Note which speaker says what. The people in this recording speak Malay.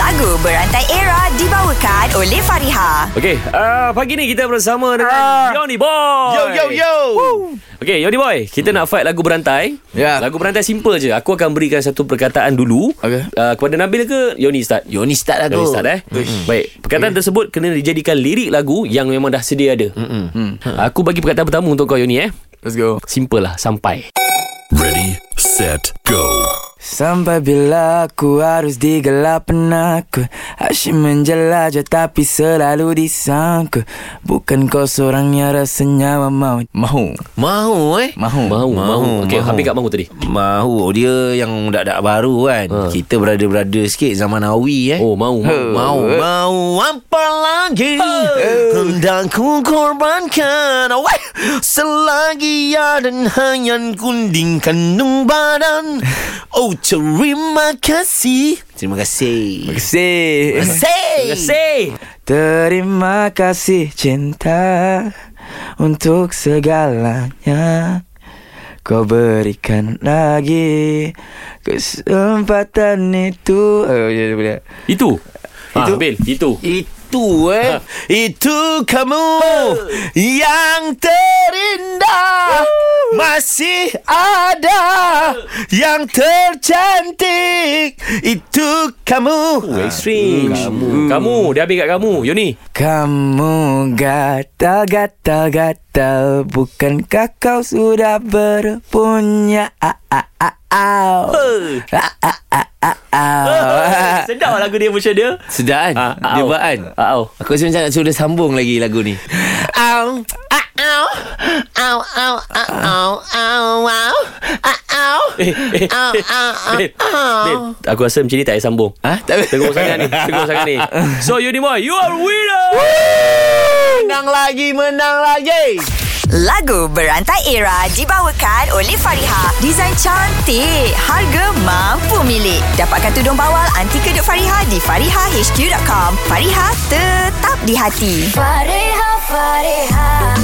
Speaker 1: Lagu Berantai Era dibawakan oleh Fariha.
Speaker 2: Okey, uh, pagi ni kita bersama dengan
Speaker 3: Ah.
Speaker 2: Yoni Boy.
Speaker 3: Yo yo yo.
Speaker 2: Okey, Yoni Boy, kita nak fight lagu berantai.
Speaker 3: Ya.
Speaker 2: Lagu berantai simple je. Aku akan berikan satu perkataan dulu.
Speaker 3: Okey.
Speaker 2: Uh, kepada Nabil ke Yoni start?
Speaker 3: Yoni start lah
Speaker 2: Yoni
Speaker 3: tu.
Speaker 2: start eh. Mm-hmm. Baik, perkataan tersebut kena dijadikan lirik lagu yang memang dah sedia ada. Mm-hmm.
Speaker 3: Hmm.
Speaker 2: Aku bagi perkataan pertama untuk kau Yoni eh.
Speaker 3: Let's go.
Speaker 2: Simple lah, sampai.
Speaker 4: Ready, set, go.
Speaker 3: Sampai bila aku harus digelap penakut Asyik menjelajah tapi selalu disangkut Bukan kau seorang yang rasanya mau Mau
Speaker 5: Mahu eh
Speaker 3: Mahu
Speaker 2: Mahu, mahu. Okey,
Speaker 5: mahu.
Speaker 2: habis kat mahu tadi.
Speaker 5: Mahu Dia yang dak-dak baru kan ha. Kita berada-berada sikit Zaman awi eh
Speaker 2: Oh, mahu. mahu.
Speaker 5: Mau Mau apa lagi Hendak ku korbankan Awai Selagi ada hanya kunding kandung badan Oh terima kasih Terima kasih
Speaker 3: Terima kasih
Speaker 5: Terima
Speaker 2: Say.
Speaker 3: Terima kasih cinta Untuk segalanya Kau berikan lagi Kesempatan itu Oh, ya, boleh
Speaker 2: Itu. Ah, Nabil, itu.
Speaker 5: Itu eh Itu kamu Yang terindah Masih ada Yang tercantik Itu kamu
Speaker 2: Strange. Kamu. Kamu, dia habis kat kamu. Yoni.
Speaker 3: Kamu gatal gatal gatal Bukankah kau sudah berpunya
Speaker 5: Ah,
Speaker 3: Au au au Au, au, au, au, au.
Speaker 2: Sedap lah lagu dia macam dia.
Speaker 5: Sedaan
Speaker 2: Ah, ah,
Speaker 5: Dia
Speaker 2: au.
Speaker 5: buatan
Speaker 2: Ah, au.
Speaker 5: Aku rasa macam nak suruh dia sambung lagi lagu ni Au Au Au Au Au Au Au Au Au
Speaker 2: Eh, eh,
Speaker 5: Au Au
Speaker 2: Babe, babe, aku rasa macam ni tak payah sambung.
Speaker 5: Ah, tak
Speaker 2: Tegur sangat ni, tegur sangat ni. So Unimoy, you are winner.
Speaker 5: Menang lagi, menang lagi.
Speaker 1: Lagu Berantai Era dibawakan oleh Fariha. Desain cantik, harga mampu milik. Dapatkan tudung bawal anti kedut Fariha di farihahq.com. Fariha tetap di hati.
Speaker 6: Fareja, fareja.